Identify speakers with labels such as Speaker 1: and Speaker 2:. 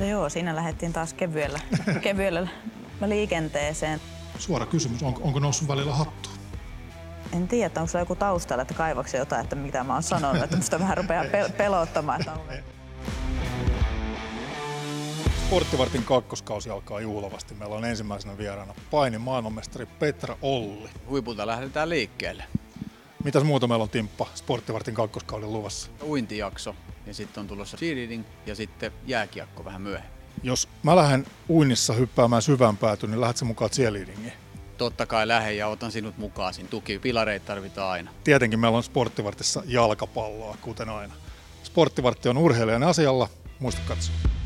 Speaker 1: No joo, siinä lähdettiin taas kevyellä, kevyellä liikenteeseen.
Speaker 2: Suora kysymys, onko, onko noussut välillä hattu?
Speaker 1: En tiedä, että onko sulla joku taustalla, että kaivaksi jotain, että mitä mä oon sanonut, että musta vähän rupeaa pel- pelottamaan. Että onko...
Speaker 2: Sporttivartin kakkoskausi alkaa juhlavasti. Meillä on ensimmäisenä vieraana painin maailmanmestari Petra Olli.
Speaker 3: Huipulta lähdetään liikkeelle.
Speaker 2: Mitäs muuta meillä on Timppa Sporttivartin kakkoskauden luvassa?
Speaker 3: Uintijakso ja sitten on tulossa cheerleading ja sitten jääkiekko vähän myöhemmin.
Speaker 2: Jos mä lähden uinnissa hyppäämään syvään päätyyn, niin lähdet sä mukaan cheerleadingiin?
Speaker 3: Totta kai lähde ja otan sinut mukaan. Siinä tukipilareita tarvitaan aina.
Speaker 2: Tietenkin meillä on Sporttivartissa jalkapalloa, kuten aina. Sporttivartti on urheilijan asialla. Muista katsoa.